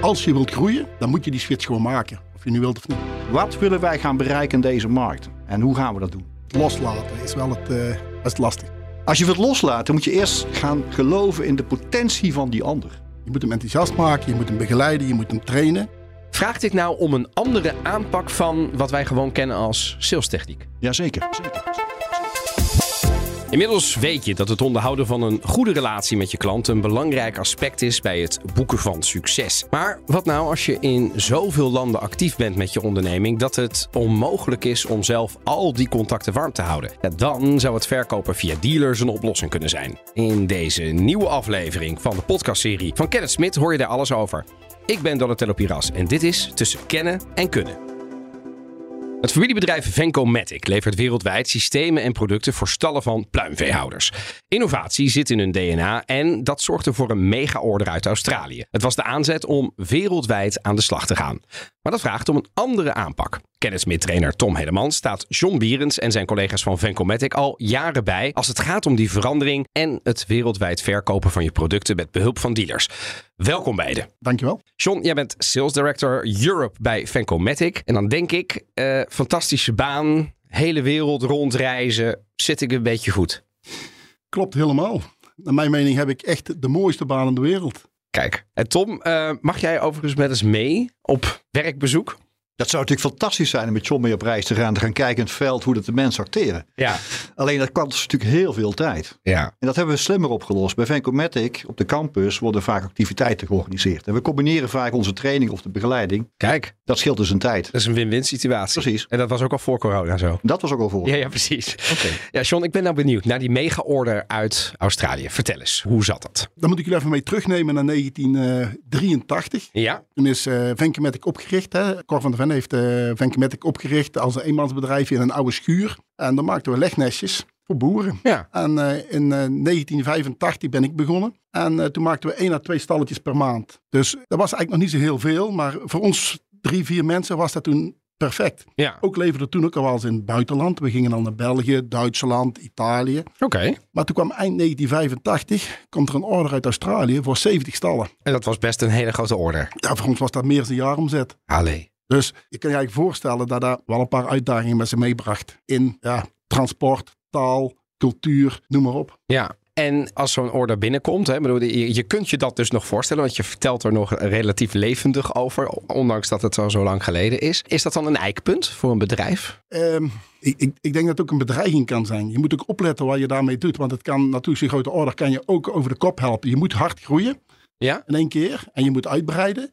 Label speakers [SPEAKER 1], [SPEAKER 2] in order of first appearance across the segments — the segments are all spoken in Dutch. [SPEAKER 1] Als je wilt groeien, dan moet je die switch gewoon maken. Of je nu wilt of niet.
[SPEAKER 2] Wat willen wij gaan bereiken in deze markt? En hoe gaan we dat doen?
[SPEAKER 1] Loslaten is wel het eh, best lastig.
[SPEAKER 2] Als je wilt loslaten, moet je eerst gaan geloven in de potentie van die ander.
[SPEAKER 1] Je moet hem enthousiast maken, je moet hem begeleiden, je moet hem trainen.
[SPEAKER 3] Vraagt dit nou om een andere aanpak van wat wij gewoon kennen als salestechniek?
[SPEAKER 2] Jazeker. Zeker.
[SPEAKER 3] Inmiddels weet je dat het onderhouden van een goede relatie met je klant een belangrijk aspect is bij het boeken van succes. Maar wat nou als je in zoveel landen actief bent met je onderneming dat het onmogelijk is om zelf al die contacten warm te houden? Ja, dan zou het verkopen via dealers een oplossing kunnen zijn. In deze nieuwe aflevering van de podcastserie van Kenneth Smit hoor je daar alles over. Ik ben Donatello Piras en dit is Tussen Kennen en Kunnen. Het familiebedrijf Vencomatic levert wereldwijd systemen en producten voor stallen van pluimveehouders. Innovatie zit in hun DNA en dat zorgde voor een mega-order uit Australië. Het was de aanzet om wereldwijd aan de slag te gaan. Maar dat vraagt om een andere aanpak. Kennismidtrainer Tom Hedemans staat John Bierens en zijn collega's van Vencomatic al jaren bij als het gaat om die verandering en het wereldwijd verkopen van je producten met behulp van dealers. Welkom beiden.
[SPEAKER 1] Dankjewel.
[SPEAKER 3] John, jij bent Sales Director Europe bij Vencomatic. En dan denk ik, eh, fantastische baan, hele wereld rondreizen. Zit ik een beetje goed?
[SPEAKER 1] Klopt helemaal. Naar mijn mening heb ik echt de mooiste baan in de wereld.
[SPEAKER 3] Kijk. En Tom, eh, mag jij overigens met eens mee op werkbezoek?
[SPEAKER 2] Dat zou natuurlijk fantastisch zijn om met John mee op reis te gaan. Te gaan kijken in het veld hoe dat de mensen acteren.
[SPEAKER 3] Ja.
[SPEAKER 2] Alleen dat kost natuurlijk heel veel tijd.
[SPEAKER 3] Ja.
[SPEAKER 2] En dat hebben we slimmer opgelost. Bij Vencomatic op de campus worden vaak activiteiten georganiseerd. En we combineren vaak onze training of de begeleiding.
[SPEAKER 3] Kijk,
[SPEAKER 2] Dat scheelt dus een tijd.
[SPEAKER 3] dat is een win-win situatie.
[SPEAKER 2] Precies.
[SPEAKER 3] En dat was ook al voor corona zo.
[SPEAKER 2] Dat was ook al voor.
[SPEAKER 3] Ja, ja, precies.
[SPEAKER 2] Oké.
[SPEAKER 3] Ja, John, ik ben nou benieuwd naar die mega-order uit Australië. Vertel eens, hoe zat dat?
[SPEAKER 1] Dan moet ik jullie even mee terugnemen naar 1983.
[SPEAKER 3] Ja,
[SPEAKER 1] Toen is eh Venkemetic opgericht. Hè. Cor van der Ven heeft eh Venkemetic opgericht als een eenmansbedrijf in een oude schuur. En dan maakten we legnestjes voor boeren.
[SPEAKER 3] ja.
[SPEAKER 1] En eh, in eh, 1985 ben ik begonnen. En eh, toen maakten we één à twee stalletjes per maand. Dus dat was eigenlijk nog niet zo heel veel. Maar voor ons drie, vier mensen was dat toen perfect.
[SPEAKER 3] ja.
[SPEAKER 1] Ook leverde toen ook al wel eens in het buitenland. We gingen al naar België, Duitsland, Italië.
[SPEAKER 3] Oké.
[SPEAKER 1] Maar toen kwam eind 1985, komt er een order uit Australië voor 70 stallen.
[SPEAKER 3] En dat was best een hele grote order.
[SPEAKER 1] Ja, voor ons was dat meer dan een jaaromzet.
[SPEAKER 3] Allee.
[SPEAKER 1] Dus je kan je eigenlijk voorstellen dat dat wel een paar uitdagingen met zich meebracht. In ja, transport, taal, cultuur, noem maar op.
[SPEAKER 3] Ja. En als zo'n order binnenkomt, hè, bedoel, je, je kunt je dat dus nog voorstellen, want je vertelt er nog relatief levendig over, ondanks dat het al zo lang geleden is. Is dat dan een eikpunt voor een bedrijf?
[SPEAKER 1] Ehm, ik, ik, ik denk dat het ook een bedreiging kan zijn. Je moet ook opletten wat je daarmee doet. Want het kan natuurlijk zo'n grote order kan je ook over de kop helpen. Je moet hard groeien
[SPEAKER 3] Ja?
[SPEAKER 1] in één keer en je moet uitbreiden.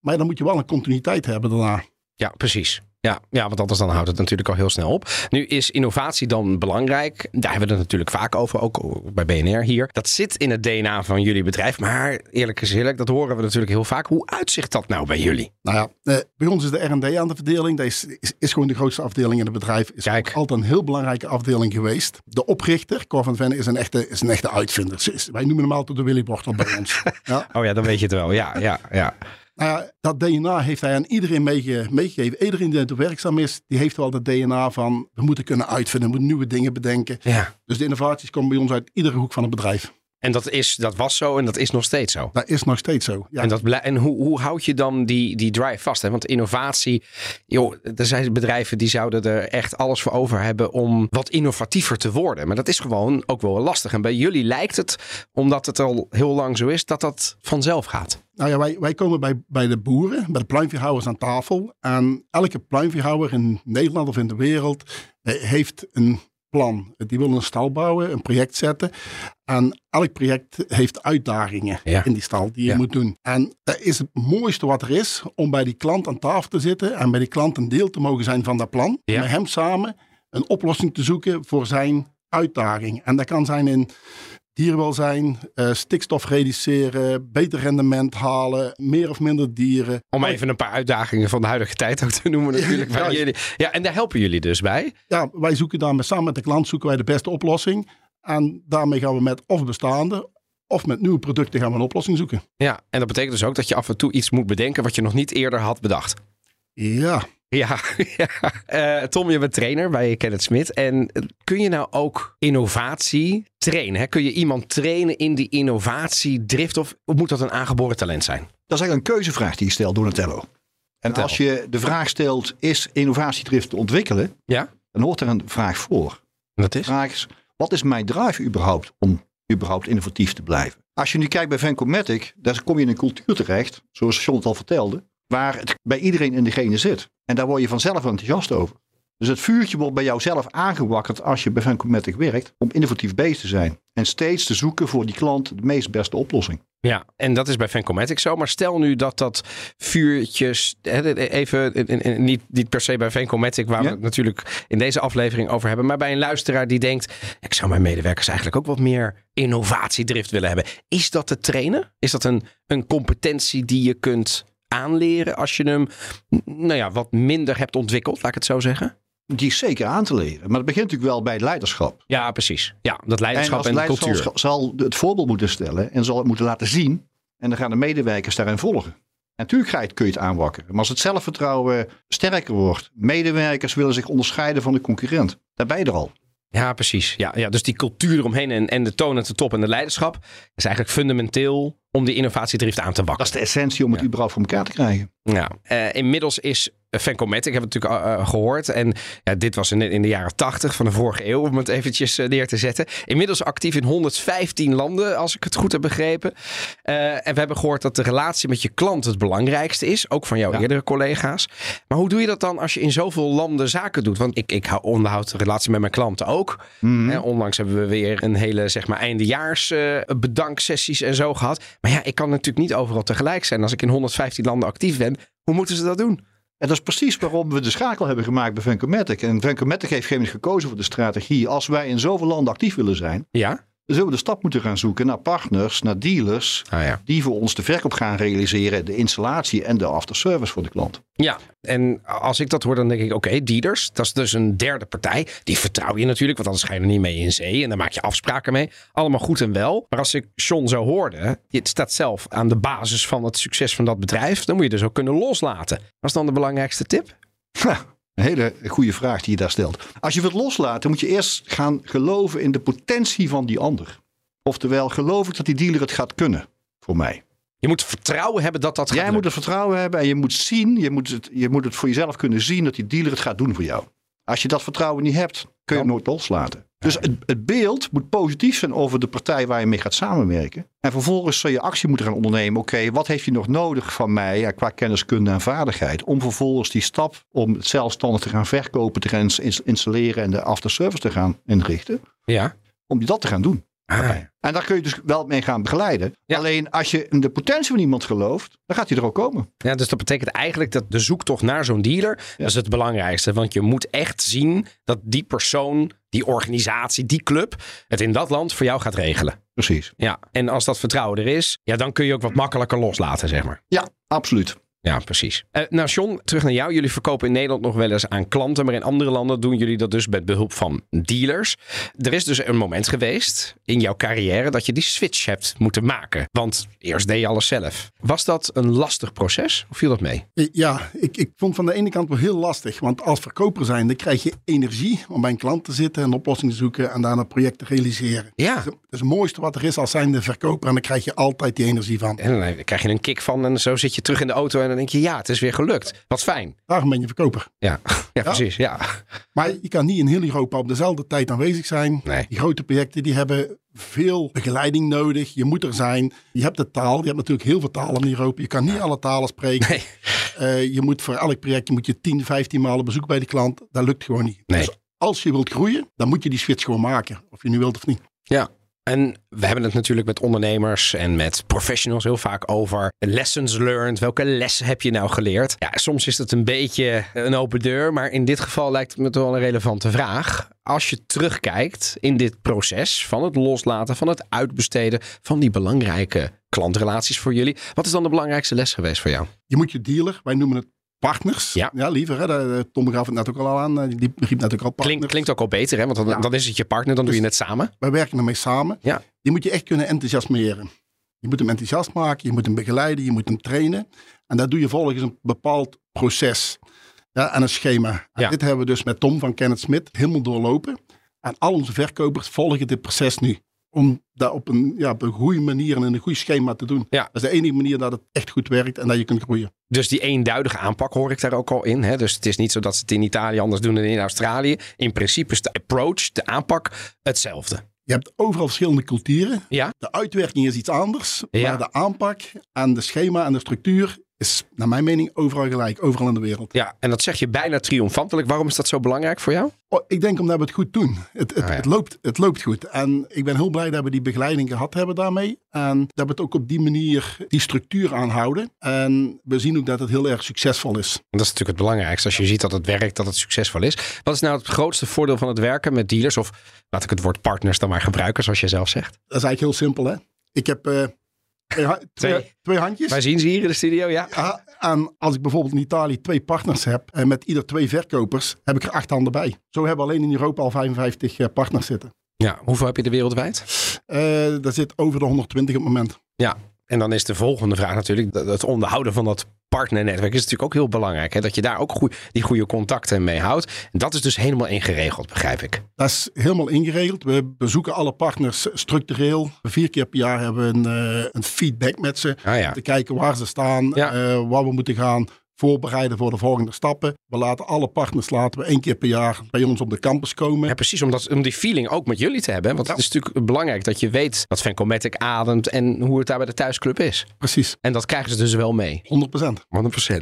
[SPEAKER 1] Maar dan moet je wel een continuïteit hebben daarna.
[SPEAKER 3] Ja, precies. Ja, ja, want anders dan houdt het natuurlijk al heel snel op. Nu is innovatie dan belangrijk. Daar hebben we het natuurlijk vaak over, ook bij BNR hier. Dat zit in het DNA van jullie bedrijf. Maar eerlijk is eerlijk, dat horen we natuurlijk heel vaak. Hoe uitzicht dat nou bij jullie?
[SPEAKER 1] Nou ja, eh, bij ons is de R&D aan de verdeling. Dat is, is, is gewoon de grootste afdeling in het bedrijf. Is
[SPEAKER 3] Kijk.
[SPEAKER 1] ook altijd een heel belangrijke afdeling geweest. De oprichter, Cor van Venne, is een echte, is een echte uitvinder. Ze is- wij noemen hem altijd de Willy Bortel bij ons. Ja.
[SPEAKER 3] Oh ja, dan weet je het wel. Ja, ja, ja.
[SPEAKER 1] Nou ja, dat DNA heeft hij aan iedereen meege- meegegeven. Iedereen die er werkzaam is, die heeft wel dat DNA van... we moeten kunnen uitvinden, we moeten nieuwe dingen bedenken.
[SPEAKER 3] ja.
[SPEAKER 1] Dus de innovaties komen bij ons uit iedere hoek van het bedrijf.
[SPEAKER 3] En dat, is, dat was zo en dat is nog steeds zo.
[SPEAKER 1] Dat is nog steeds zo. Ja.
[SPEAKER 3] En, dat blij- en hoe, hoe houd je dan die, die drive vast? Hè? Want innovatie, joh, er zijn bedrijven die zouden er echt alles voor over hebben om wat innovatiever te worden. Maar dat is gewoon ook wel lastig. En bij jullie lijkt het, omdat het al heel lang zo is, dat dat vanzelf gaat.
[SPEAKER 1] Nou ja, wij, wij komen bij, bij de boeren, bij de pluimveehouders aan tafel. En elke pluimveehouder in Nederland of in de wereld eh, heeft een plan. Die willen een stal bouwen, een project zetten. En elk project heeft uitdagingen
[SPEAKER 3] Ja.
[SPEAKER 1] in die stal die je
[SPEAKER 3] Ja.
[SPEAKER 1] moet doen. En dat is het mooiste wat er is, om bij die klant aan tafel te zitten en bij die klant een deel te mogen zijn van dat plan.
[SPEAKER 3] Ja.
[SPEAKER 1] En Met hem samen een oplossing te zoeken voor zijn uitdaging. En dat kan zijn in dierwelzijn, eh, stikstof reduceren, beter rendement halen, meer of minder dieren.
[SPEAKER 3] Om even een paar uitdagingen van de huidige tijd ook te noemen natuurlijk.
[SPEAKER 1] Ja,
[SPEAKER 3] Ja,
[SPEAKER 1] juist.
[SPEAKER 3] jullie. ja en daar helpen jullie dus bij.
[SPEAKER 1] Ja, wij zoeken daar met, samen met de klant zoeken wij de beste oplossing. En daarmee gaan we met of bestaande of met nieuwe producten gaan we een oplossing zoeken.
[SPEAKER 3] Ja, en dat betekent dus ook dat je af en toe iets moet bedenken wat je nog niet eerder had bedacht.
[SPEAKER 1] Ja,
[SPEAKER 3] Ja, ja. Eh, Tom, je bent trainer bij Kenneth Smit. En eh, kun je nou ook innovatie trainen? Hè? Kun je iemand trainen in die innovatiedrift? Of moet dat een aangeboren talent zijn?
[SPEAKER 2] Dat is eigenlijk een keuzevraag die je stelt, Donatello. En
[SPEAKER 3] Vertel.
[SPEAKER 2] als je de vraag stelt, is innovatiedrift te ontwikkelen?
[SPEAKER 3] Ja.
[SPEAKER 2] Dan hoort er een vraag voor.
[SPEAKER 3] Dat
[SPEAKER 2] De
[SPEAKER 3] is?
[SPEAKER 2] vraag is, wat is mijn drive überhaupt om überhaupt innovatief te blijven? Als je nu kijkt bij Vancomatic, daar kom je in een cultuur terecht, zoals John het al vertelde, waar het bij iedereen in de genen zit. En daar word je vanzelf enthousiast over. Dus het vuurtje wordt bij jou zelf aangewakkerd als je bij Vancomatic werkt, om innovatief bezig te zijn. En steeds te zoeken voor die klant de meest beste oplossing.
[SPEAKER 3] Ja, en dat is bij Vancomatic zo. Maar stel nu dat dat vuurtjes, hè, even eh, eh, eh, niet, niet per se bij Vancomatic, waar
[SPEAKER 2] Ja.
[SPEAKER 3] we het natuurlijk in deze aflevering over hebben, maar bij een luisteraar die denkt, ik zou mijn medewerkers eigenlijk ook wat meer innovatiedrift willen hebben. Is dat te trainen? Is dat een, een competentie die je kunt aanleren als je hem, nou ja, wat minder hebt ontwikkeld, laat ik het zo zeggen?
[SPEAKER 2] Die is zeker aan te leren. Maar dat begint natuurlijk wel bij het leiderschap.
[SPEAKER 3] Ja, precies. Ja, dat leiderschap en,
[SPEAKER 2] en als
[SPEAKER 3] cultuur.
[SPEAKER 2] leiderschap zal het voorbeeld moeten stellen en zal het moeten laten zien. En dan gaan de medewerkers daarin volgen. En Natuurlijk ga je het, kun je het aanwakkeren. Maar als het zelfvertrouwen sterker wordt, medewerkers willen zich onderscheiden van de concurrent. Daar ben je er al.
[SPEAKER 3] Ja, precies. Ja, ja, dus die cultuur eromheen en, en de toon en de top en de leiderschap is eigenlijk fundamenteel om die innovatiedrift aan te
[SPEAKER 2] Dat is
[SPEAKER 3] wakkeren.
[SPEAKER 2] de essentie om het überhaupt voor elkaar te krijgen.
[SPEAKER 3] Ja. Eh, inmiddels is eh, Vancomatic, hebben we natuurlijk eh, eh, gehoord. En ja, dit was in, de- in de jaren 80 van de vorige eeuw, om het eventjes eh, neer te zetten. Inmiddels actief in 115 landen, als ik het goed heb begrepen. Eh, en we hebben gehoord dat de relatie met je klant het belangrijkste is. Ook van jouw eerdere collega's. Maar hoe doe je dat dan als je in zoveel landen zaken doet? Want ik, ik hou- onderhoud de relatie met mijn klanten ook. Hè, onlangs hebben we weer een hele zeg maar, eindejaars eh, bedanksessies en zo gehad. Maar ja, ik kan natuurlijk niet overal tegelijk zijn. Als ik in 115 landen actief ben, hoe moeten ze dat doen?
[SPEAKER 2] En dat is precies waarom we de schakel hebben gemaakt bij Vancomatic. En Vancomatic heeft geen gekozen voor de strategie. Als wij in zoveel landen actief willen zijn,
[SPEAKER 3] Ja?
[SPEAKER 2] dan zullen we de stap moeten gaan zoeken naar partners, naar dealers.
[SPEAKER 3] Ah ja.
[SPEAKER 2] Die voor ons de verkoop gaan realiseren, de installatie en de afterservice voor de klant.
[SPEAKER 3] Ja, en als ik dat hoor, dan denk ik, oké, dealers, dat is dus een derde partij. Die vertrouw je natuurlijk, want anders ga je er niet mee in zee. En daar maak je afspraken mee. Allemaal goed en wel. Maar als ik John zo hoorde, het staat zelf aan de basis van het succes van dat bedrijf. Dan moet je dus ook kunnen loslaten. Dat is dan de belangrijkste tip.
[SPEAKER 2] Ha, een hele goede vraag die je daar stelt. Als je wilt loslaten, moet je eerst gaan geloven in de potentie van die ander. Oftewel, geloof ik dat die dealer het gaat kunnen voor mij.
[SPEAKER 3] Je moet vertrouwen hebben dat dat
[SPEAKER 2] Jij
[SPEAKER 3] gaat lukken.
[SPEAKER 2] moet het vertrouwen hebben en je moet zien, je moet, het, je moet het voor jezelf kunnen zien dat die dealer het gaat doen voor jou. Als je dat vertrouwen niet hebt, kun je hem nooit loslaten. Dus het, het beeld moet positief zijn over de partij waar je mee gaat samenwerken. En vervolgens zul je actie moeten gaan ondernemen. Oké, wat heeft je nog nodig van mij ja, qua kennis, kunde en vaardigheid? Om vervolgens die stap om het zelfstandig te gaan verkopen, te gaan ins- ins- installeren en de afterservice te gaan inrichten.
[SPEAKER 3] Ja.
[SPEAKER 2] Om dat te gaan doen.
[SPEAKER 3] Ah,
[SPEAKER 2] En daar kun je dus wel mee gaan begeleiden.
[SPEAKER 3] Ja.
[SPEAKER 2] Alleen als je in de potentie van iemand gelooft, dan gaat hij er ook komen.
[SPEAKER 3] Ja, dus dat betekent eigenlijk dat de zoektocht naar zo'n dealer, dat is het belangrijkste. Want je moet echt zien dat die persoon, die organisatie, die club, het in dat land voor jou gaat regelen.
[SPEAKER 2] Precies.
[SPEAKER 3] Ja, en als dat vertrouwen er is, ja, dan kun je ook wat makkelijker loslaten, zeg maar.
[SPEAKER 2] Ja, absoluut.
[SPEAKER 3] Ja, precies. Eh, nou, John, terug naar jou. Jullie verkopen in Nederland nog wel eens aan klanten, maar in andere landen doen jullie dat dus met behulp van dealers. Er is dus een moment geweest in jouw carrière dat je die switch hebt moeten maken. Want eerst deed je alles zelf. Was dat een lastig proces of viel dat mee?
[SPEAKER 1] Eh, Ja, ik, ik vond van de ene kant wel heel lastig. Want als verkoper zijnde krijg je energie om bij een klant te zitten en oplossingen te zoeken en daarna projecten te realiseren.
[SPEAKER 3] Ja.
[SPEAKER 1] Dat is het mooiste wat er is als zijnde verkoper en daar krijg je altijd die energie van.
[SPEAKER 3] En dan krijg je een kick van en zo zit je terug in de auto en dan denk je, ja, het is weer gelukt. Wat fijn.
[SPEAKER 1] Daarom ben je verkoper.
[SPEAKER 3] Ja, ja, precies. Ja.
[SPEAKER 1] Maar je kan niet in heel Europa op dezelfde tijd aanwezig zijn.
[SPEAKER 3] Nee.
[SPEAKER 1] Die grote projecten die hebben veel begeleiding nodig. Je moet er zijn. Je hebt de taal. Je hebt natuurlijk heel veel talen in Europa. Je kan niet alle talen spreken.
[SPEAKER 3] Nee.
[SPEAKER 1] Eh, je moet voor elk project je moet je 10, 15 maal op bezoek bij de klant. Dat lukt gewoon niet.
[SPEAKER 3] Nee.
[SPEAKER 1] Dus als je wilt groeien, dan moet je die switch gewoon maken. Of je nu wilt of niet.
[SPEAKER 3] Ja. En we hebben het natuurlijk met ondernemers en met professionals heel vaak over lessons learned. Welke lessen heb je nou geleerd? Ja, soms is het een beetje een open deur, maar in dit geval lijkt het me toch wel een relevante vraag. Als je terugkijkt in dit proces van het loslaten, van het uitbesteden van die belangrijke klantrelaties voor jullie, wat is dan de belangrijkste les geweest voor jou?
[SPEAKER 1] Je moet je dealer, wij noemen het partners.
[SPEAKER 3] Ja.
[SPEAKER 1] liever. Hè? Daar, eh, Tom gaf het net ook al aan. eh, Die riep net ook al partners.
[SPEAKER 3] Klinkt, klinkt ook al beter, hè? want dan, dan is het je partner, dan doe je het samen.
[SPEAKER 1] Wij werken ermee samen.
[SPEAKER 3] Ja.
[SPEAKER 1] Die moet je echt kunnen enthousiasmeren. Je moet hem enthousiast maken, je moet hem begeleiden, je moet hem trainen. En dat doe je volgens een bepaald proces ja, en een schema. En
[SPEAKER 3] Ja.
[SPEAKER 1] dit hebben we dus met Tom van Kenneth Smit helemaal doorlopen. En al onze verkopers volgen dit proces nu. om dat op een, ja, op een goede manier en in een goed schema te doen.
[SPEAKER 3] Ja.
[SPEAKER 1] Dat is de enige manier dat het echt goed werkt en dat je kunt groeien.
[SPEAKER 3] Dus die eenduidige aanpak hoor ik daar ook al in. Hè? Dus het is niet zo dat ze het in Italië anders doen dan in Australië. In principe is de approach, de aanpak, hetzelfde.
[SPEAKER 1] Je hebt overal verschillende culturen.
[SPEAKER 3] Ja.
[SPEAKER 1] De uitwerking is iets anders,
[SPEAKER 3] Ja.
[SPEAKER 1] maar de aanpak en de schema en de structuur is naar mijn mening overal gelijk, overal in de wereld.
[SPEAKER 3] Ja, en dat zeg je bijna triomfantelijk. Waarom is dat zo belangrijk voor jou?
[SPEAKER 1] Oh, ik denk omdat we het goed doen. Het, het,
[SPEAKER 3] Ah, ja.
[SPEAKER 1] het, loopt, het loopt goed. En ik ben heel blij dat we die begeleiding gehad hebben daarmee. En dat we het ook op die manier die structuur aanhouden. En we zien ook dat het heel erg succesvol is.
[SPEAKER 3] Want Dat is natuurlijk het belangrijkste. Als je ziet dat het werkt, dat het succesvol is. Wat is nou het grootste voordeel van het werken met dealers? Of laat ik het woord partners dan maar gebruiken, zoals jij zelf zegt.
[SPEAKER 1] Dat is eigenlijk heel simpel, hè? Ik heb eh, twee, ha- twee, twee handjes.
[SPEAKER 3] Wij zien ze hier in de studio, ja.
[SPEAKER 1] Ja, Ah, en als ik bijvoorbeeld in Italië twee partners heb en met ieder twee verkopers, heb ik er acht handen bij. Zo hebben we alleen in Europa al 55 eh, partners zitten.
[SPEAKER 3] Ja, hoeveel heb je er wereldwijd?
[SPEAKER 1] Eh daar zit over de 120 op het moment.
[SPEAKER 3] Ja, en dan is de volgende vraag natuurlijk. dat- Het onderhouden van dat partnernetwerk is natuurlijk ook heel belangrijk. Hè? Dat je daar ook goe- die goede contacten mee houdt. En dat is dus helemaal ingeregeld, begrijp ik.
[SPEAKER 1] Dat is helemaal ingeregeld. We bezoeken alle partners structureel. Vier keer per jaar hebben we een, eh, een feedback met ze.
[SPEAKER 3] Ah ja.
[SPEAKER 1] Te kijken waar ze staan,
[SPEAKER 3] Ja.
[SPEAKER 1] eh, waar we moeten gaan voorbereiden voor de volgende stappen. We laten alle partners laten we één keer per jaar bij ons op de campus komen.
[SPEAKER 3] Ja, precies, om, dat, om die feeling ook met jullie te hebben. hè? Want het is natuurlijk belangrijk dat je weet wat Vancomatic ademt en hoe het daar bij de thuisclub is.
[SPEAKER 1] Precies,
[SPEAKER 3] En dat krijgen ze dus wel mee.
[SPEAKER 1] 100%.
[SPEAKER 3] 100%.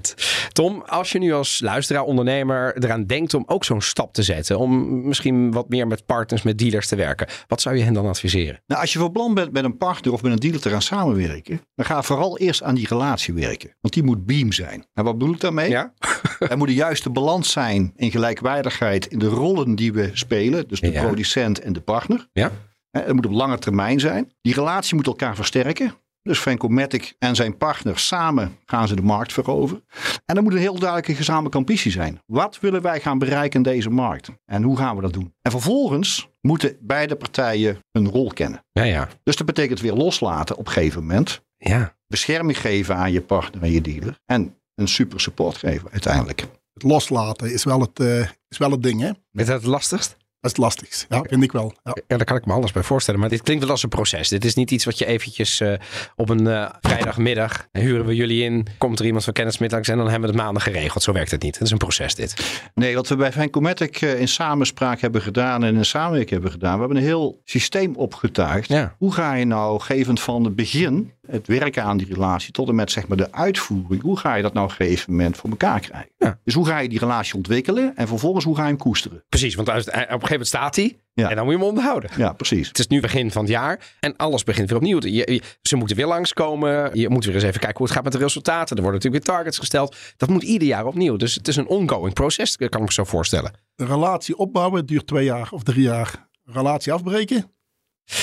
[SPEAKER 3] Tom, als je nu als luisteraar, ondernemer eraan denkt om ook zo'n stap te zetten. Om misschien wat meer met partners, met dealers te werken. Wat zou je hen dan adviseren?
[SPEAKER 2] Nou, als je van plan bent met een partner of met een dealer te gaan samenwerken, dan ga vooral eerst aan die relatie werken. Want die moet beam zijn. En wat bedoel ik daarmee?
[SPEAKER 3] Ja?
[SPEAKER 2] Er moet de juiste balans zijn in gelijkwaardigheid in de rollen die we spelen. Dus de
[SPEAKER 3] Ja.
[SPEAKER 2] producent en de partner.
[SPEAKER 3] Ja?
[SPEAKER 2] Hè, Het moet op lange termijn zijn. Die relatie moet elkaar versterken. Dus Vancomatic en zijn partner samen gaan ze de markt veroveren. En er moet een heel duidelijke gezamenlijke ambitie zijn. Wat willen wij gaan bereiken in deze markt? En hoe gaan we dat doen? En vervolgens moeten beide partijen hun rol kennen.
[SPEAKER 3] Ja, ja.
[SPEAKER 2] Dus dat betekent weer loslaten op een gegeven moment.
[SPEAKER 3] Ja.
[SPEAKER 2] Bescherming geven aan je partner en je dealer. En een super support geven uiteindelijk.
[SPEAKER 1] Het loslaten is wel het, eh, is wel het ding, hè?
[SPEAKER 3] Is dat het lastigst?
[SPEAKER 1] Dat is het lastigste, ja, vind ik wel. Ja.
[SPEAKER 3] Ja, daar kan ik me anders bij voorstellen. Maar dit klinkt wel als een proces. Dit is niet iets wat je eventjes eh, op een eh, vrijdagmiddag huren we jullie in. Komt er iemand van kennismiddags en dan hebben we het maandag geregeld. Zo werkt het niet. Het is een proces dit.
[SPEAKER 2] Nee, wat we bij Vancomatic eh, in samenspraak hebben gedaan en in samenwerking hebben gedaan, we hebben een heel systeem opgetuigd.
[SPEAKER 3] Ja.
[SPEAKER 2] Hoe ga je nou, gevend van het begin, het werken aan die relatie tot en met zeg maar, de uitvoering, hoe ga je dat nou op een gegeven moment voor elkaar krijgen?
[SPEAKER 3] Ja.
[SPEAKER 2] Dus hoe ga je die relatie ontwikkelen en vervolgens hoe ga je hem koesteren?
[SPEAKER 3] Precies, want uit- op een gegeven moment staat hij
[SPEAKER 2] Ja.
[SPEAKER 3] en dan moet je hem onderhouden.
[SPEAKER 2] Ja, precies.
[SPEAKER 3] Het is nu begin van het jaar en alles begint weer opnieuw. Je, je- ze moeten weer langskomen. Je moet weer eens even kijken hoe het gaat met de resultaten. Er worden natuurlijk weer targets gesteld. Dat moet ieder jaar opnieuw. Dus het is een ongoing proces, kan ik me zo voorstellen.
[SPEAKER 1] Een relatie opbouwen duurt twee jaar of drie jaar. Een relatie afbreken,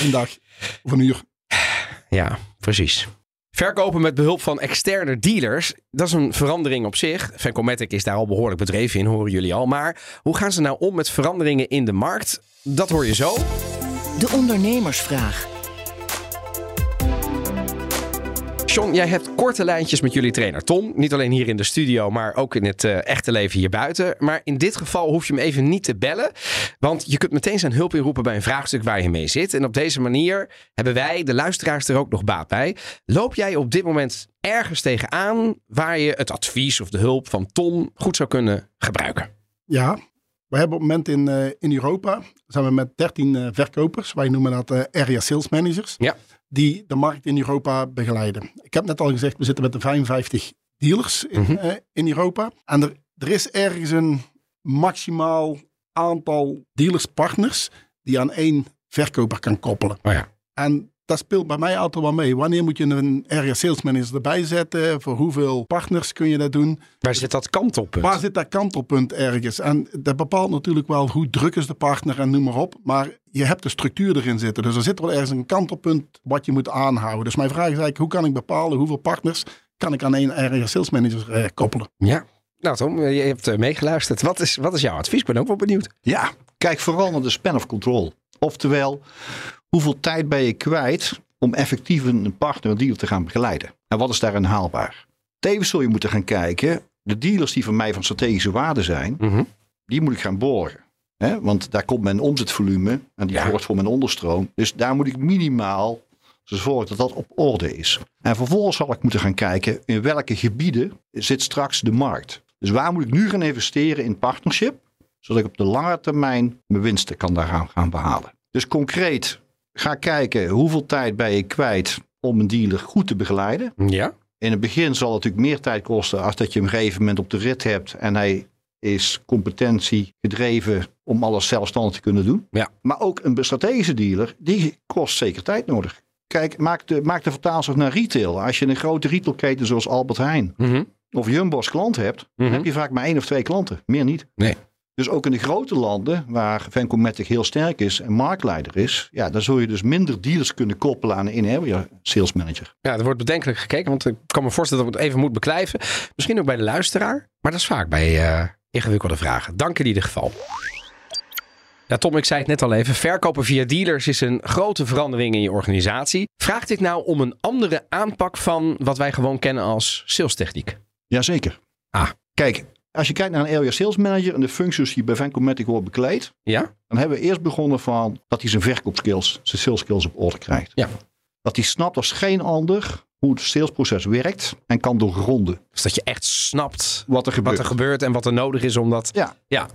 [SPEAKER 1] een dag of een uur.
[SPEAKER 3] Ja, precies. Verkopen met behulp van externe dealers, dat is een verandering op zich. Vancomatic is daar al behoorlijk bedreven in, horen jullie al. Maar hoe gaan ze nou om met veranderingen in de markt? Dat hoor je zo.
[SPEAKER 4] De ondernemersvraag.
[SPEAKER 3] John, jij hebt korte lijntjes met jullie trainer Tom. Niet alleen hier in de studio, maar ook in het eh, echte leven hier buiten. Maar in dit geval hoef je hem even niet te bellen. Want je kunt meteen zijn hulp inroepen bij een vraagstuk waar je mee zit. En op deze manier hebben wij, de luisteraars, er ook nog baat bij. Loop jij op dit moment ergens tegenaan waar je het advies of de hulp van Tom goed zou kunnen gebruiken?
[SPEAKER 1] Ja, we hebben op het moment in, eh, in Europa zijn we met 13 eh, verkopers, wij noemen dat eh, area sales managers,
[SPEAKER 3] Ja.
[SPEAKER 1] die de markt in Europa begeleiden. Ik heb net al gezegd, we zitten met de 55 dealers in,
[SPEAKER 3] Mhm.
[SPEAKER 1] eh, in Europa. En er, er is ergens een maximaal aantal dealerspartners die aan één verkoper kan koppelen.
[SPEAKER 3] Oh ja.
[SPEAKER 1] En dat speelt bij mij altijd wel mee. Wanneer moet je een area sales manager erbij zetten? Voor hoeveel partners kun je dat doen?
[SPEAKER 3] Waar zit dat kantelpunt?
[SPEAKER 1] Waar zit dat kantelpunt ergens? En dat bepaalt natuurlijk wel hoe druk is de partner en noem maar op. Maar je hebt de structuur erin zitten. Dus er zit wel ergens een kantelpunt wat je moet aanhouden. Dus mijn vraag is eigenlijk, hoe kan ik bepalen hoeveel partners kan ik aan één area sales manager eh, koppelen?
[SPEAKER 3] Ja. Nou Tom, je hebt eh, meegeluisterd. Wat is, wat is jouw advies? Ik ben ook wel benieuwd.
[SPEAKER 2] Ja, kijk vooral naar de span of control. Oftewel, hoeveel tijd ben je kwijt om effectief een partner, een dealer te gaan begeleiden? En wat is daarin haalbaar? Tevens zul je moeten gaan kijken, de dealers die voor mij van strategische waarde zijn,
[SPEAKER 3] Mhm.
[SPEAKER 2] die moet ik gaan borgen. Hè? Want daar komt mijn omzetvolume en die
[SPEAKER 3] Ja.
[SPEAKER 2] zorgt voor mijn onderstroom. Dus daar moet ik minimaal dus zorgen dat dat op orde is. En vervolgens zal ik moeten gaan kijken in welke gebieden zit straks de markt. Dus waar moet ik nu gaan investeren in partnership, zodat ik op de lange termijn mijn winsten kan daar gaan- gaan behalen. Dus concreet, ga kijken hoeveel tijd ben je kwijt om een dealer goed te begeleiden.
[SPEAKER 3] Ja?
[SPEAKER 2] In het begin zal het natuurlijk meer tijd kosten als dat je hem op een gegeven moment op de rit hebt en hij is competentie gedreven om alles zelfstandig te kunnen doen.
[SPEAKER 3] Ja.
[SPEAKER 2] Maar ook een strategische dealer, die kost zeker tijd nodig. Kijk, maak de, maak de vertaalslag naar retail. Als je een grote retailketen zoals Albert Heijn
[SPEAKER 3] Mhm.
[SPEAKER 2] of Jumbo als klant hebt,
[SPEAKER 3] Mhm.
[SPEAKER 2] dan heb je vaak maar één of twee klanten, meer niet.
[SPEAKER 3] Nee.
[SPEAKER 2] Dus ook in de grote landen waar Vancomatic heel sterk is en marktleider is, ja, dan zul je dus minder dealers kunnen koppelen aan een in-area sales manager.
[SPEAKER 3] Ja, er wordt bedenkelijk gekeken, want ik kan me voorstellen dat we het even moet beklijven. Misschien ook bij de luisteraar, maar dat is vaak bij eh, ingewikkelde vragen. Dank in ieder geval. Ja, Tom, ik zei het net al even. Verkopen via dealers is een grote verandering in je organisatie. Vraagt dit nou om een andere aanpak van wat wij gewoon kennen als salestechniek?
[SPEAKER 2] Jazeker.
[SPEAKER 3] Ah.
[SPEAKER 2] Kijk, als je kijkt naar een area sales manager en de functies die bij Vancomatic worden bekleed,
[SPEAKER 3] Ja?
[SPEAKER 2] dan hebben we eerst begonnen van dat hij zijn verkoopskills, zijn sales skills op orde krijgt.
[SPEAKER 3] Ja.
[SPEAKER 2] Dat hij snapt als geen ander hoe het salesproces werkt en kan doorgronden
[SPEAKER 3] Dus dat je echt snapt
[SPEAKER 2] wat er gebeurt.
[SPEAKER 3] wat er gebeurt en wat er nodig is om dat...
[SPEAKER 2] Ja.
[SPEAKER 3] Ja.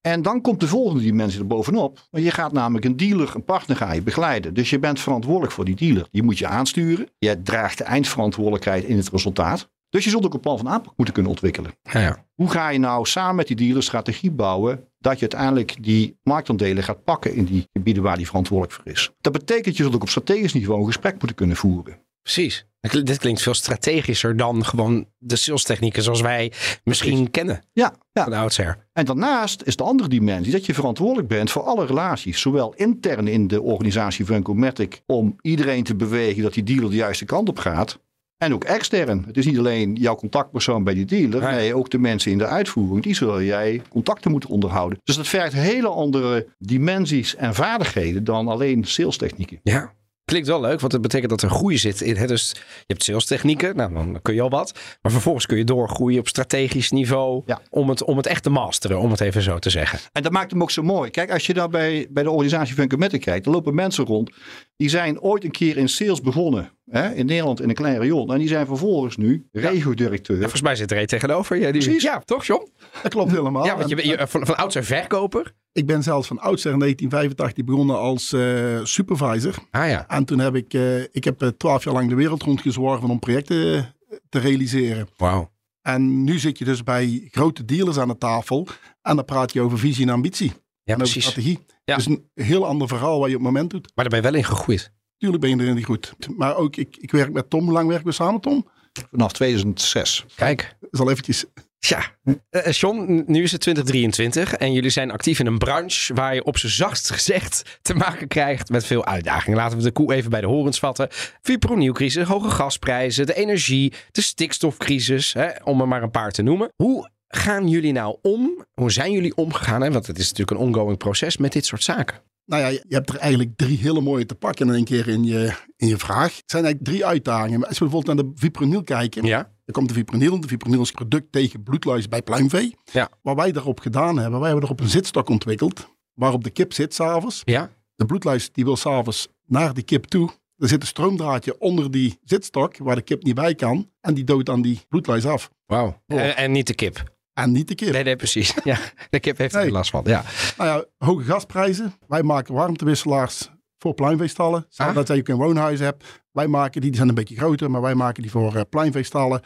[SPEAKER 2] En dan komt de volgende dimensie er bovenop. Want je gaat namelijk een dealer, een partner ga je begeleiden. Dus je bent verantwoordelijk voor die dealer. Die moet je aansturen. Je draagt de eindverantwoordelijkheid in het resultaat. Dus je zult ook een plan van aanpak moeten kunnen ontwikkelen.
[SPEAKER 3] Ja, ja.
[SPEAKER 2] Hoe ga je nou samen met die dealer strategie bouwen dat je uiteindelijk die marktaandelen gaat pakken in die gebieden waar die verantwoordelijk voor is? Dat betekent dus dat je zult ook op strategisch niveau een gesprek moeten kunnen voeren.
[SPEAKER 3] precies. Dat kl- Dit klinkt veel strategischer dan gewoon de salestechnieken zoals wij misschien kennen
[SPEAKER 2] Ja, ja.
[SPEAKER 3] van oudsher.
[SPEAKER 2] En daarnaast is de andere dimensie dat je verantwoordelijk bent voor alle relaties. Zowel intern in de organisatie Vancomatic om iedereen te bewegen dat die dealer de juiste kant op gaat. En ook extern. Het is niet alleen jouw contactpersoon bij die dealer.
[SPEAKER 3] Nee.
[SPEAKER 2] Nee, ook de mensen in de uitvoering. Die zullen jij contacten moeten onderhouden. Dus dat vergt hele andere dimensies en vaardigheden dan alleen salestechnieken.
[SPEAKER 3] Ja. Klinkt wel leuk, want het betekent dat er groei zit. In, hè? Dus je hebt salestechnieken, nou, dan kun je al wat. Maar vervolgens kun je doorgroeien op strategisch niveau
[SPEAKER 2] Ja.
[SPEAKER 3] om, het, om het echt te masteren, om het even zo te zeggen.
[SPEAKER 2] En dat maakt hem ook zo mooi. Kijk, als je nou bij, bij de organisatie Vancomatic kijkt, er lopen mensen rond. Die zijn ooit een keer in sales begonnen. Hè, in Nederland in een klein riool. En die zijn vervolgens nu
[SPEAKER 3] En
[SPEAKER 2] regio-directeur.
[SPEAKER 3] volgens mij zit er één tegenover. Ja, die,
[SPEAKER 2] Precies.
[SPEAKER 3] ja toch John?
[SPEAKER 1] Dat klopt helemaal.
[SPEAKER 3] Ja, want je, je, van, van oudsher verkoper.
[SPEAKER 1] Ik ben zelfs van oudsher in 1985 begonnen als eh, supervisor.
[SPEAKER 3] Ah ja.
[SPEAKER 1] En toen heb ik, eh, ik heb twaalf jaar lang de wereld rondgezworven om projecten eh, te realiseren.
[SPEAKER 3] Wauw.
[SPEAKER 1] En nu zit je dus bij grote dealers aan de tafel. En dan praat je over visie en ambitie.
[SPEAKER 3] Ja,
[SPEAKER 1] en over
[SPEAKER 3] precies.
[SPEAKER 1] strategie.
[SPEAKER 3] Ja.
[SPEAKER 1] Dus een heel ander verhaal wat je op het moment doet.
[SPEAKER 3] Maar daar ben je wel in gegroeid.
[SPEAKER 1] Tuurlijk ben je erin niet goed. Maar ook, ik, ik werk met Tom. Hoe lang werken we samen, Tom?
[SPEAKER 2] Vanaf 2006.
[SPEAKER 3] Kijk.
[SPEAKER 1] Dat is al eventjes...
[SPEAKER 3] Tja, Eh, eh, John, nu is het 2023 en jullie zijn actief in een branche waar je op zijn zachtst gezegd te maken krijgt met veel uitdagingen. Laten we de koe even bij de horens vatten. Fipronilcrisis, hoge gasprijzen, de energie, de stikstofcrisis, hè, om er maar een paar te noemen. Hoe gaan jullie nou om? Hoe zijn jullie omgegaan? Hè? Want het is natuurlijk een ongoing proces met dit soort zaken.
[SPEAKER 1] Nou ja, je hebt er eigenlijk drie hele mooie te pakken in één keer in je, in je vraag. Het zijn eigenlijk drie uitdagingen. Maar Als we bijvoorbeeld naar de fipronil kijken.
[SPEAKER 3] Ja,
[SPEAKER 1] Dan komt de fipronil. De fipronil is een product tegen bloedluis bij pluimvee.
[SPEAKER 3] Ja.
[SPEAKER 1] Wat wij daarop gedaan hebben, wij hebben erop een zitstok ontwikkeld. Waarop de kip zit s'avonds.
[SPEAKER 3] ja,
[SPEAKER 1] De bloedluis die wil s'avonds naar die kip toe. Er zit een stroomdraadje onder die zitstok waar de kip niet bij kan. En die doodt dan die bloedluis af.
[SPEAKER 3] wauw. En, en niet de kip.
[SPEAKER 1] En niet de kip.
[SPEAKER 3] Nee, nee, precies. Ja, de kip heeft er
[SPEAKER 1] Nee.
[SPEAKER 3] last van. Ja.
[SPEAKER 1] Nou ja, hoge gasprijzen. Wij maken warmtewisselaars voor pluimveestallen. Stel
[SPEAKER 3] Ah.
[SPEAKER 1] dat jij ook een woonhuis hebt. Wij maken die, die zijn een beetje groter, maar wij maken die voor eh, pluimveestallen.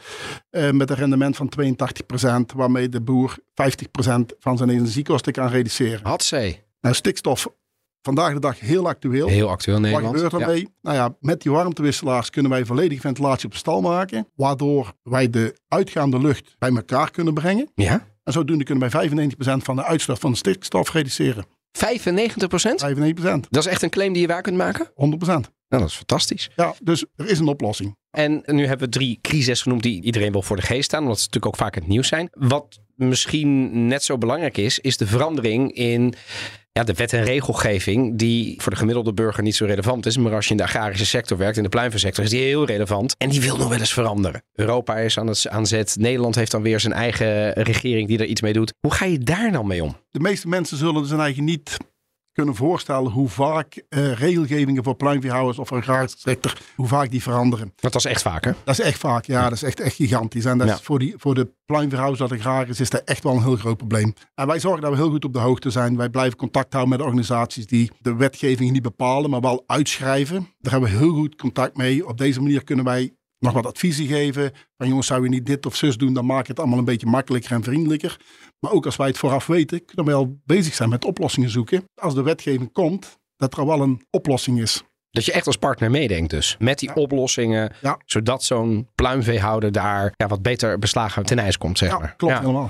[SPEAKER 1] eh, met een rendement van 82%, waarmee de boer 50% van zijn energiekosten kan reduceren.
[SPEAKER 3] Had ze.
[SPEAKER 1] Nou, stikstof, vandaag de dag heel actueel.
[SPEAKER 3] Heel actueel
[SPEAKER 1] Wat
[SPEAKER 3] Nederland.
[SPEAKER 1] gebeurt
[SPEAKER 3] Ja.
[SPEAKER 1] daarmee? Nou ja, met die warmtewisselaars kunnen wij volledige ventilatie op de stal maken. Waardoor wij de uitgaande lucht bij elkaar kunnen brengen.
[SPEAKER 3] ja?
[SPEAKER 1] En zodoende kunnen wij 95% van de uitstoot van stikstof reduceren.
[SPEAKER 3] 95
[SPEAKER 1] 95%.
[SPEAKER 3] Dat is echt een claim die je waar kunt maken?
[SPEAKER 1] 100%.
[SPEAKER 3] Nou, dat is fantastisch.
[SPEAKER 1] Ja, dus er is een oplossing.
[SPEAKER 3] En nu hebben we drie crises genoemd die iedereen wel voor de geest staan, omdat ze natuurlijk ook vaak in het nieuws zijn. Wat misschien net zo belangrijk is, is de verandering in ja, de wet en regelgeving die voor de gemiddelde burger niet zo relevant is. Maar als je in de agrarische sector werkt, in de pluimveesector, is die heel relevant. En die wil nog wel eens veranderen. Europa is aan het aan zet. Nederland heeft dan weer zijn eigen regering die er iets mee doet. Hoe ga je daar nou mee om?
[SPEAKER 1] De meeste mensen zullen zich eigenlijk niet kunnen voorstellen hoe vaak eh, regelgevingen voor pluimveehouders of agrarische sector, hoe vaak die veranderen.
[SPEAKER 3] Want dat is echt vaker.
[SPEAKER 1] Dat is echt vaak, ja. Dat is echt, echt gigantisch. En dat
[SPEAKER 3] Ja.
[SPEAKER 1] is voor, die, voor de pluimveehouders dat agrarisch is dat echt wel een heel groot probleem. En wij zorgen dat we heel goed op de hoogte zijn. Wij blijven contact houden met de organisaties die de wetgeving niet bepalen, maar wel uitschrijven. Daar hebben we heel goed contact mee. Op deze manier kunnen wij nog wat adviezen geven. Van jongens, zou je niet dit of zus doen, dan maak je het allemaal een beetje makkelijker en vriendelijker. Maar ook als wij het vooraf weten, kunnen we wel bezig zijn met oplossingen zoeken. Als de wetgeving komt, dat er wel een oplossing is.
[SPEAKER 3] Dat je echt als partner meedenkt dus. Met die
[SPEAKER 1] Ja.
[SPEAKER 3] oplossingen.
[SPEAKER 1] Ja.
[SPEAKER 3] Zodat zo'n pluimveehouder daar ja, wat beter beslagen ten ijs komt, zeg
[SPEAKER 1] Ja,
[SPEAKER 3] maar.
[SPEAKER 1] klopt
[SPEAKER 3] Ja.
[SPEAKER 1] helemaal.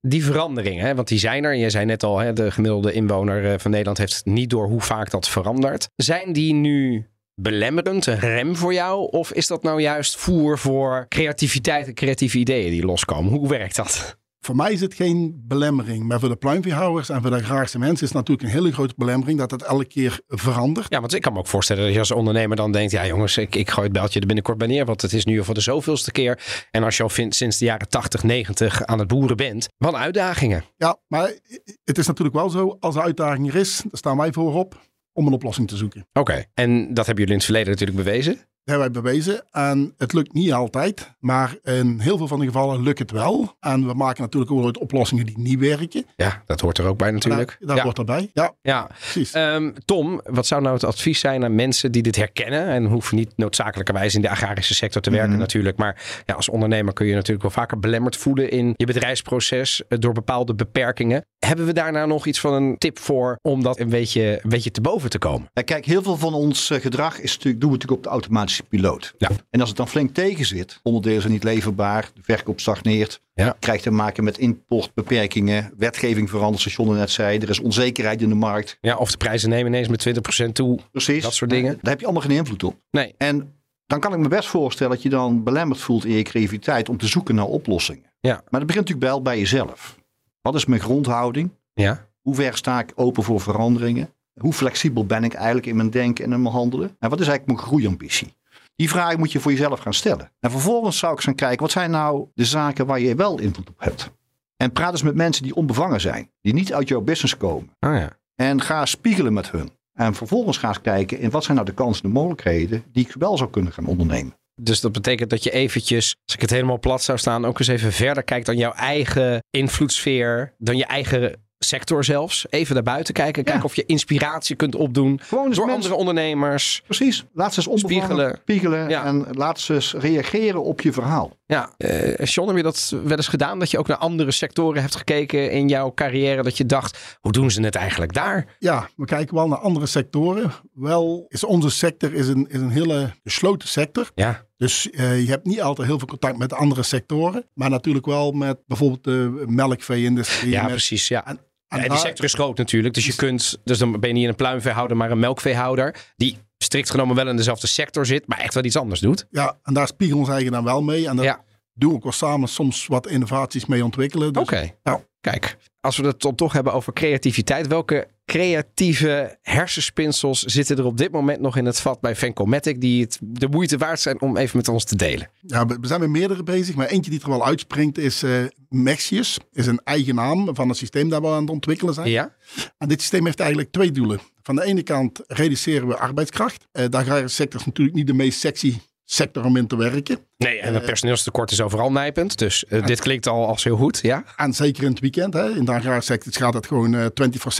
[SPEAKER 3] Die veranderingen, hè, want die zijn er. En jij zei net al, hè, de gemiddelde inwoner eh, van Nederland heeft niet door hoe vaak dat verandert. Zijn die nu belemmerend, een rem voor jou? Of is dat nou juist voer voor creativiteit en creatieve ideeën die loskomen? Hoe werkt dat?
[SPEAKER 1] Voor mij is het geen belemmering. Maar voor de pluimveehouders en voor de agrarische mensen is het natuurlijk een hele grote belemmering dat het elke keer verandert.
[SPEAKER 3] Ja, want ik kan me ook voorstellen dat je als ondernemer dan denkt... ja jongens, ik, ik gooi het beltje er binnenkort bij neer... want het is nu voor de zoveelste keer. En als je al vindt, sinds de jaren 80, 90 aan het boeren bent... wat uitdagingen.
[SPEAKER 1] Ja, maar het is natuurlijk wel zo, als de uitdaging er is, daar staan wij voor op om een oplossing te zoeken.
[SPEAKER 3] Oké, en dat hebben jullie in het verleden natuurlijk bewezen.
[SPEAKER 1] Dat hebben wij bewezen en het lukt niet altijd, maar in heel veel van de gevallen lukt het wel. En we maken natuurlijk ook nooit oplossingen die niet werken.
[SPEAKER 3] Ja, dat hoort er ook bij natuurlijk.
[SPEAKER 1] Daar, daar
[SPEAKER 3] ja,
[SPEAKER 1] wordt erbij. Ja,
[SPEAKER 3] ja.
[SPEAKER 1] precies.
[SPEAKER 3] Ehm, Tom, wat zou nou het advies zijn aan mensen die dit herkennen? En hoeven niet noodzakelijkerwijs in de agrarische sector te werken natuurlijk. Maar ja, als ondernemer kun je natuurlijk wel vaker belemmerd voelen in je bedrijfsproces eh, door bepaalde beperkingen. Hebben we daarna nog iets van een tip voor om dat een beetje, een beetje te boven te komen?
[SPEAKER 2] En kijk, heel veel van ons eh, gedrag is natuurlijk, doen we natuurlijk op de automatische piloot.
[SPEAKER 3] Ja.
[SPEAKER 2] En als het dan flink tegen zit, onderdelen zijn niet leverbaar, de verkoop stagneert,
[SPEAKER 3] Ja.
[SPEAKER 2] krijgt te maken met importbeperkingen, wetgeving verandert, zoals John er net zei, er is onzekerheid in de markt.
[SPEAKER 3] Ja, of de prijzen nemen ineens met 20% toe.
[SPEAKER 2] Precies.
[SPEAKER 3] Dat soort dingen.
[SPEAKER 2] Daar heb je allemaal geen invloed op.
[SPEAKER 3] Nee.
[SPEAKER 2] En dan kan ik me best voorstellen dat je dan belemmerd voelt in je creativiteit om te zoeken naar oplossingen.
[SPEAKER 3] Ja.
[SPEAKER 2] Maar dat begint natuurlijk wel bij jezelf. Wat is mijn grondhouding?
[SPEAKER 3] Ja.
[SPEAKER 2] Hoe ver sta ik open voor veranderingen? Hoe flexibel ben ik eigenlijk in mijn denken en in mijn handelen? En wat is eigenlijk mijn groeiambitie? Die vraag moet je voor jezelf gaan stellen. En vervolgens zou ik eens gaan kijken, wat zijn nou de zaken waar je wel invloed op hebt? En praat eens met mensen die onbevangen zijn, die niet uit jouw business komen.
[SPEAKER 3] Oh ja.
[SPEAKER 2] En ga spiegelen met hun. En vervolgens ga eens kijken in wat zijn nou de kansen en de mogelijkheden die ik wel zou kunnen gaan ondernemen.
[SPEAKER 3] Dus dat betekent dat je eventjes, als ik het helemaal plat zou staan, ook eens even verder kijkt dan jouw eigen invloedssfeer, dan je eigen sector zelfs. Even naar buiten kijken, kijken of je inspiratie kunt opdoen
[SPEAKER 2] Gewoon eens
[SPEAKER 3] door
[SPEAKER 2] Dus mensen-
[SPEAKER 3] andere ondernemers.
[SPEAKER 2] Precies, laat ze eens onbevangen
[SPEAKER 3] Spiegelen.
[SPEAKER 2] spiegelen,
[SPEAKER 3] Ja.
[SPEAKER 2] en laat ze eens reageren op je verhaal.
[SPEAKER 3] Ja, eh John, heb je dat wel eens gedaan? Dat je ook naar andere sectoren hebt gekeken in jouw carrière, dat je dacht, hoe doen ze het eigenlijk daar?
[SPEAKER 1] Ja, we kijken wel naar andere sectoren. Wel is onze sector is een, is een hele gesloten sector.
[SPEAKER 3] Ja,
[SPEAKER 1] Dus eh, je hebt niet altijd heel veel contact met andere sectoren. Maar natuurlijk wel met bijvoorbeeld de melkvee-industrie.
[SPEAKER 3] ja
[SPEAKER 1] met-
[SPEAKER 3] precies. Ja.
[SPEAKER 1] En,
[SPEAKER 3] Ja, En
[SPEAKER 1] daar-
[SPEAKER 3] die sector is groot natuurlijk. Dus je kunt, dus dan ben je niet een pluimveehouder, maar een melkveehouder. Die strikt genomen wel in dezelfde sector zit, maar echt wel iets anders doet.
[SPEAKER 1] Ja, en daar spiegelen we ons eigen dan wel mee. En daar
[SPEAKER 3] Ja.
[SPEAKER 1] doen we ook wel samen soms wat innovaties mee ontwikkelen. Dus
[SPEAKER 3] Oké.
[SPEAKER 1] Ja.
[SPEAKER 3] Kijk, nou, als we het dan toch hebben over creativiteit, welke creatieve hersenspinsels zitten er op dit moment nog in het vat bij Vancomatic die het de moeite waard zijn om even met ons te delen?
[SPEAKER 1] ja, we we zijn met meerdere bezig. Maar eentje die er wel uitspringt is eh Mexius. Is een eigen naam van een systeem dat we aan het ontwikkelen zijn.
[SPEAKER 3] Ja?
[SPEAKER 1] En dit systeem heeft eigenlijk twee doelen. Van de ene kant reduceren we arbeidskracht. Eh de agrarische sector is natuurlijk niet de meest sexy sector om in te werken.
[SPEAKER 3] Nee, en het personeelstekort is overal nijpend. Dus eh, dit klinkt al als heel goed, ja?
[SPEAKER 1] En zeker in het weekend, hè, in de agrarische sector gaat het gewoon eh, 24-7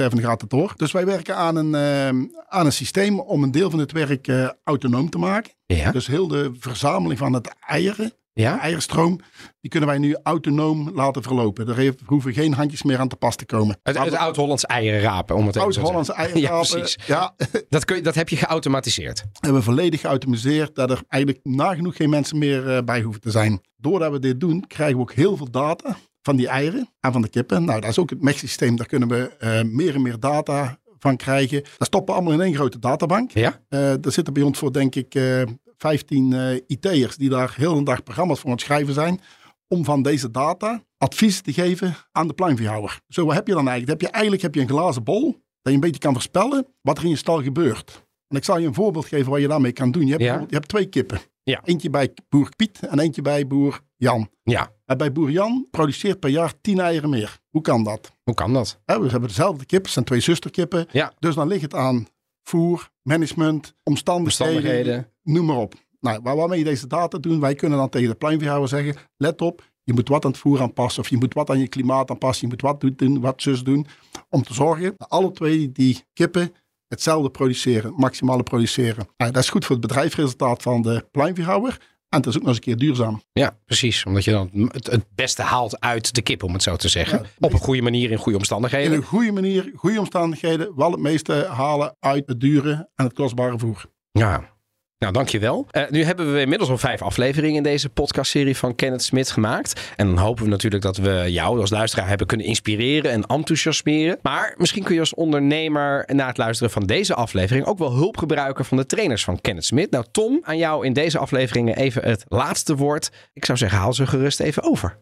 [SPEAKER 1] gaat het door. Dus wij werken aan een, eh, aan een systeem om een deel van het werk eh, autonoom te maken.
[SPEAKER 3] Ja?
[SPEAKER 1] Dus heel de verzameling van het eieren, de
[SPEAKER 3] Ja?
[SPEAKER 1] eierstroom, die kunnen wij nu autonoom laten verlopen. Daar heeft- hoeven geen handjes meer aan te pas te komen.
[SPEAKER 3] Het, het Oud-Hollands eieren rapen, om het even zo te
[SPEAKER 1] Oud-Hollandse
[SPEAKER 3] zeggen.
[SPEAKER 1] eieren.
[SPEAKER 3] Ja, precies.
[SPEAKER 1] Ja,
[SPEAKER 3] Dat, kun je, dat heb je geautomatiseerd.
[SPEAKER 1] hebben we volledig geautomatiseerd dat er eigenlijk nagenoeg geen mensen meer eh, bij hoeven te zijn. Doordat we dit doen, krijgen we ook heel veel data van die eieren en van de kippen. Nou, dat is ook het MEX-systeem. Daar kunnen we eh, meer en meer data van krijgen. Dat stoppen we allemaal in één grote databank.
[SPEAKER 3] Ja?
[SPEAKER 1] Eh, daar zitten bij ons voor, denk ik, eh 15 eh, IT'ers die daar heel een dag programma's voor aan het schrijven zijn. Om van deze data advies te geven aan de pluimveehouder. Zo, wat heb je dan eigenlijk? Dan Heb je, eigenlijk heb je een glazen bol Dat je een beetje kan voorspellen wat er in je stal gebeurt. En ik zal je een voorbeeld geven wat je daarmee kan doen. Je hebt,
[SPEAKER 3] Ja.
[SPEAKER 1] bijvoorbeeld- je hebt twee kippen.
[SPEAKER 3] Ja.
[SPEAKER 1] Eentje bij boer Piet en eentje bij boer Jan.
[SPEAKER 3] Ja,
[SPEAKER 1] En bij boer Jan produceert per jaar 10 eieren meer. Hoe kan dat?
[SPEAKER 3] hoe kan dat?
[SPEAKER 1] Hè, we hebben dezelfde kip, het zijn twee zusterkippen.
[SPEAKER 3] Ja.
[SPEAKER 1] Dus dan ligt het aan voer, management, omstandigheden,
[SPEAKER 3] Omstandigheden.
[SPEAKER 1] noem maar op. Nou, waar, waarmee je deze data doet, wij kunnen dan tegen de pluimveehouder zeggen, let op, je moet wat aan het voer aanpassen, of je moet wat aan je klimaat aanpassen, je moet wat doen, wat zus doen, om te zorgen dat alle twee die kippen hetzelfde produceren, het maximale produceren. Nou, dat is goed voor het bedrijfsresultaat van de pluimveehouder en het is ook nog eens een keer duurzaam.
[SPEAKER 3] Ja, precies. Omdat je dan het, het beste haalt uit de kip, om het zo te zeggen. Op een goede manier, in goede
[SPEAKER 1] In
[SPEAKER 3] omstandigheden.
[SPEAKER 1] een goede manier, goede omstandigheden, wel het meeste halen uit het dure en het kostbare voer.
[SPEAKER 3] Ja. Nou, dankjewel. Eh nu hebben we inmiddels al vijf afleveringen in deze podcastserie van Kenneth Smit gemaakt. En dan hopen we natuurlijk dat we jou als luisteraar hebben kunnen inspireren en enthousiasmeren. Maar misschien kun je als ondernemer na het luisteren van deze aflevering ook wel hulp gebruiken van de trainers van Kenneth Smit. Nou, Tom, aan jou in deze afleveringen even het laatste woord. Ik zou zeggen, haal ze gerust even over.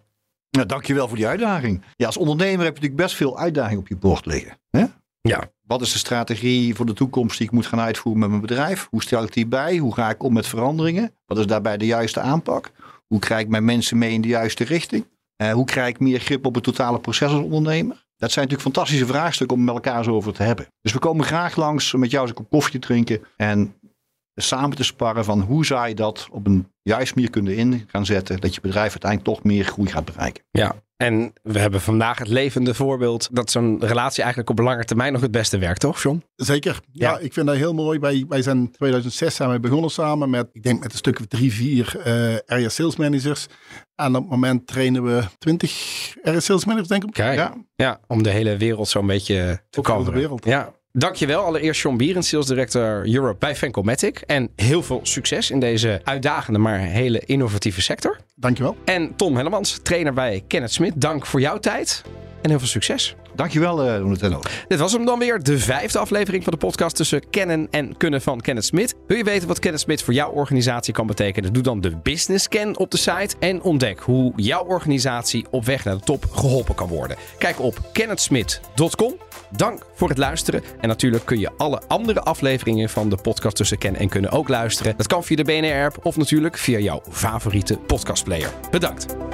[SPEAKER 2] Nou, dankjewel voor die uitdaging. Ja, als ondernemer heb je natuurlijk best veel uitdagingen op je bord liggen. Hè?
[SPEAKER 3] Ja.
[SPEAKER 2] Wat is de strategie voor de toekomst die ik moet gaan uitvoeren met mijn bedrijf? Hoe stel ik die bij? Hoe ga ik om met veranderingen? Wat is daarbij de juiste aanpak? Hoe krijg ik mijn mensen mee in de juiste richting? Eh, hoe krijg ik meer grip op het totale proces als ondernemer? Dat zijn natuurlijk fantastische vraagstukken om met elkaar eens over te hebben. Dus we komen graag langs om met jou eens een kop koffie te drinken en samen te sparren van hoe zou je dat op een juiste manier kunnen in gaan zetten, dat je bedrijf uiteindelijk toch meer groei gaat bereiken.
[SPEAKER 3] Ja. En we hebben vandaag het levende voorbeeld dat zo'n relatie eigenlijk op lange termijn nog het beste werkt, toch, John?
[SPEAKER 1] Zeker. Ja,
[SPEAKER 3] Ja.
[SPEAKER 1] ik vind dat heel mooi. Wij, wij zijn in 2006 zijn wij begonnen samen met, ik denk met een stuk of drie, vier eh area sales managers. En op het moment trainen we 20 area sales managers, denk ik.
[SPEAKER 3] Kijk.
[SPEAKER 1] Ja,
[SPEAKER 3] Ja, om de hele wereld zo'n beetje te
[SPEAKER 1] Op de hele
[SPEAKER 3] coveren.
[SPEAKER 1] wereld.
[SPEAKER 3] Ja. Dankjewel allereerst John Bierens, Sales Director Europe bij Fencomatic. En heel veel succes in deze uitdagende, maar hele innovatieve sector.
[SPEAKER 1] dankjewel.
[SPEAKER 3] En Tom Hellemans, trainer bij Kenneth Smit. Dank voor jouw tijd en heel veel succes.
[SPEAKER 2] Dankjewel, eh Donatello.
[SPEAKER 3] Dit was hem dan weer, de vijfde aflevering van de podcast tussen kennen en kunnen van Kenneth Smit. Wil je weten wat Kenneth Smit voor jouw organisatie kan betekenen? Doe dan de business scan op de site en ontdek hoe jouw organisatie op weg naar de top geholpen kan worden. Kijk op kennethsmit.com. Dank voor het luisteren. En natuurlijk kun je alle andere afleveringen van de podcast tussen kennen en kunnen ook luisteren. Dat kan via de BNR-app of natuurlijk via jouw favoriete podcastplayer. Bedankt.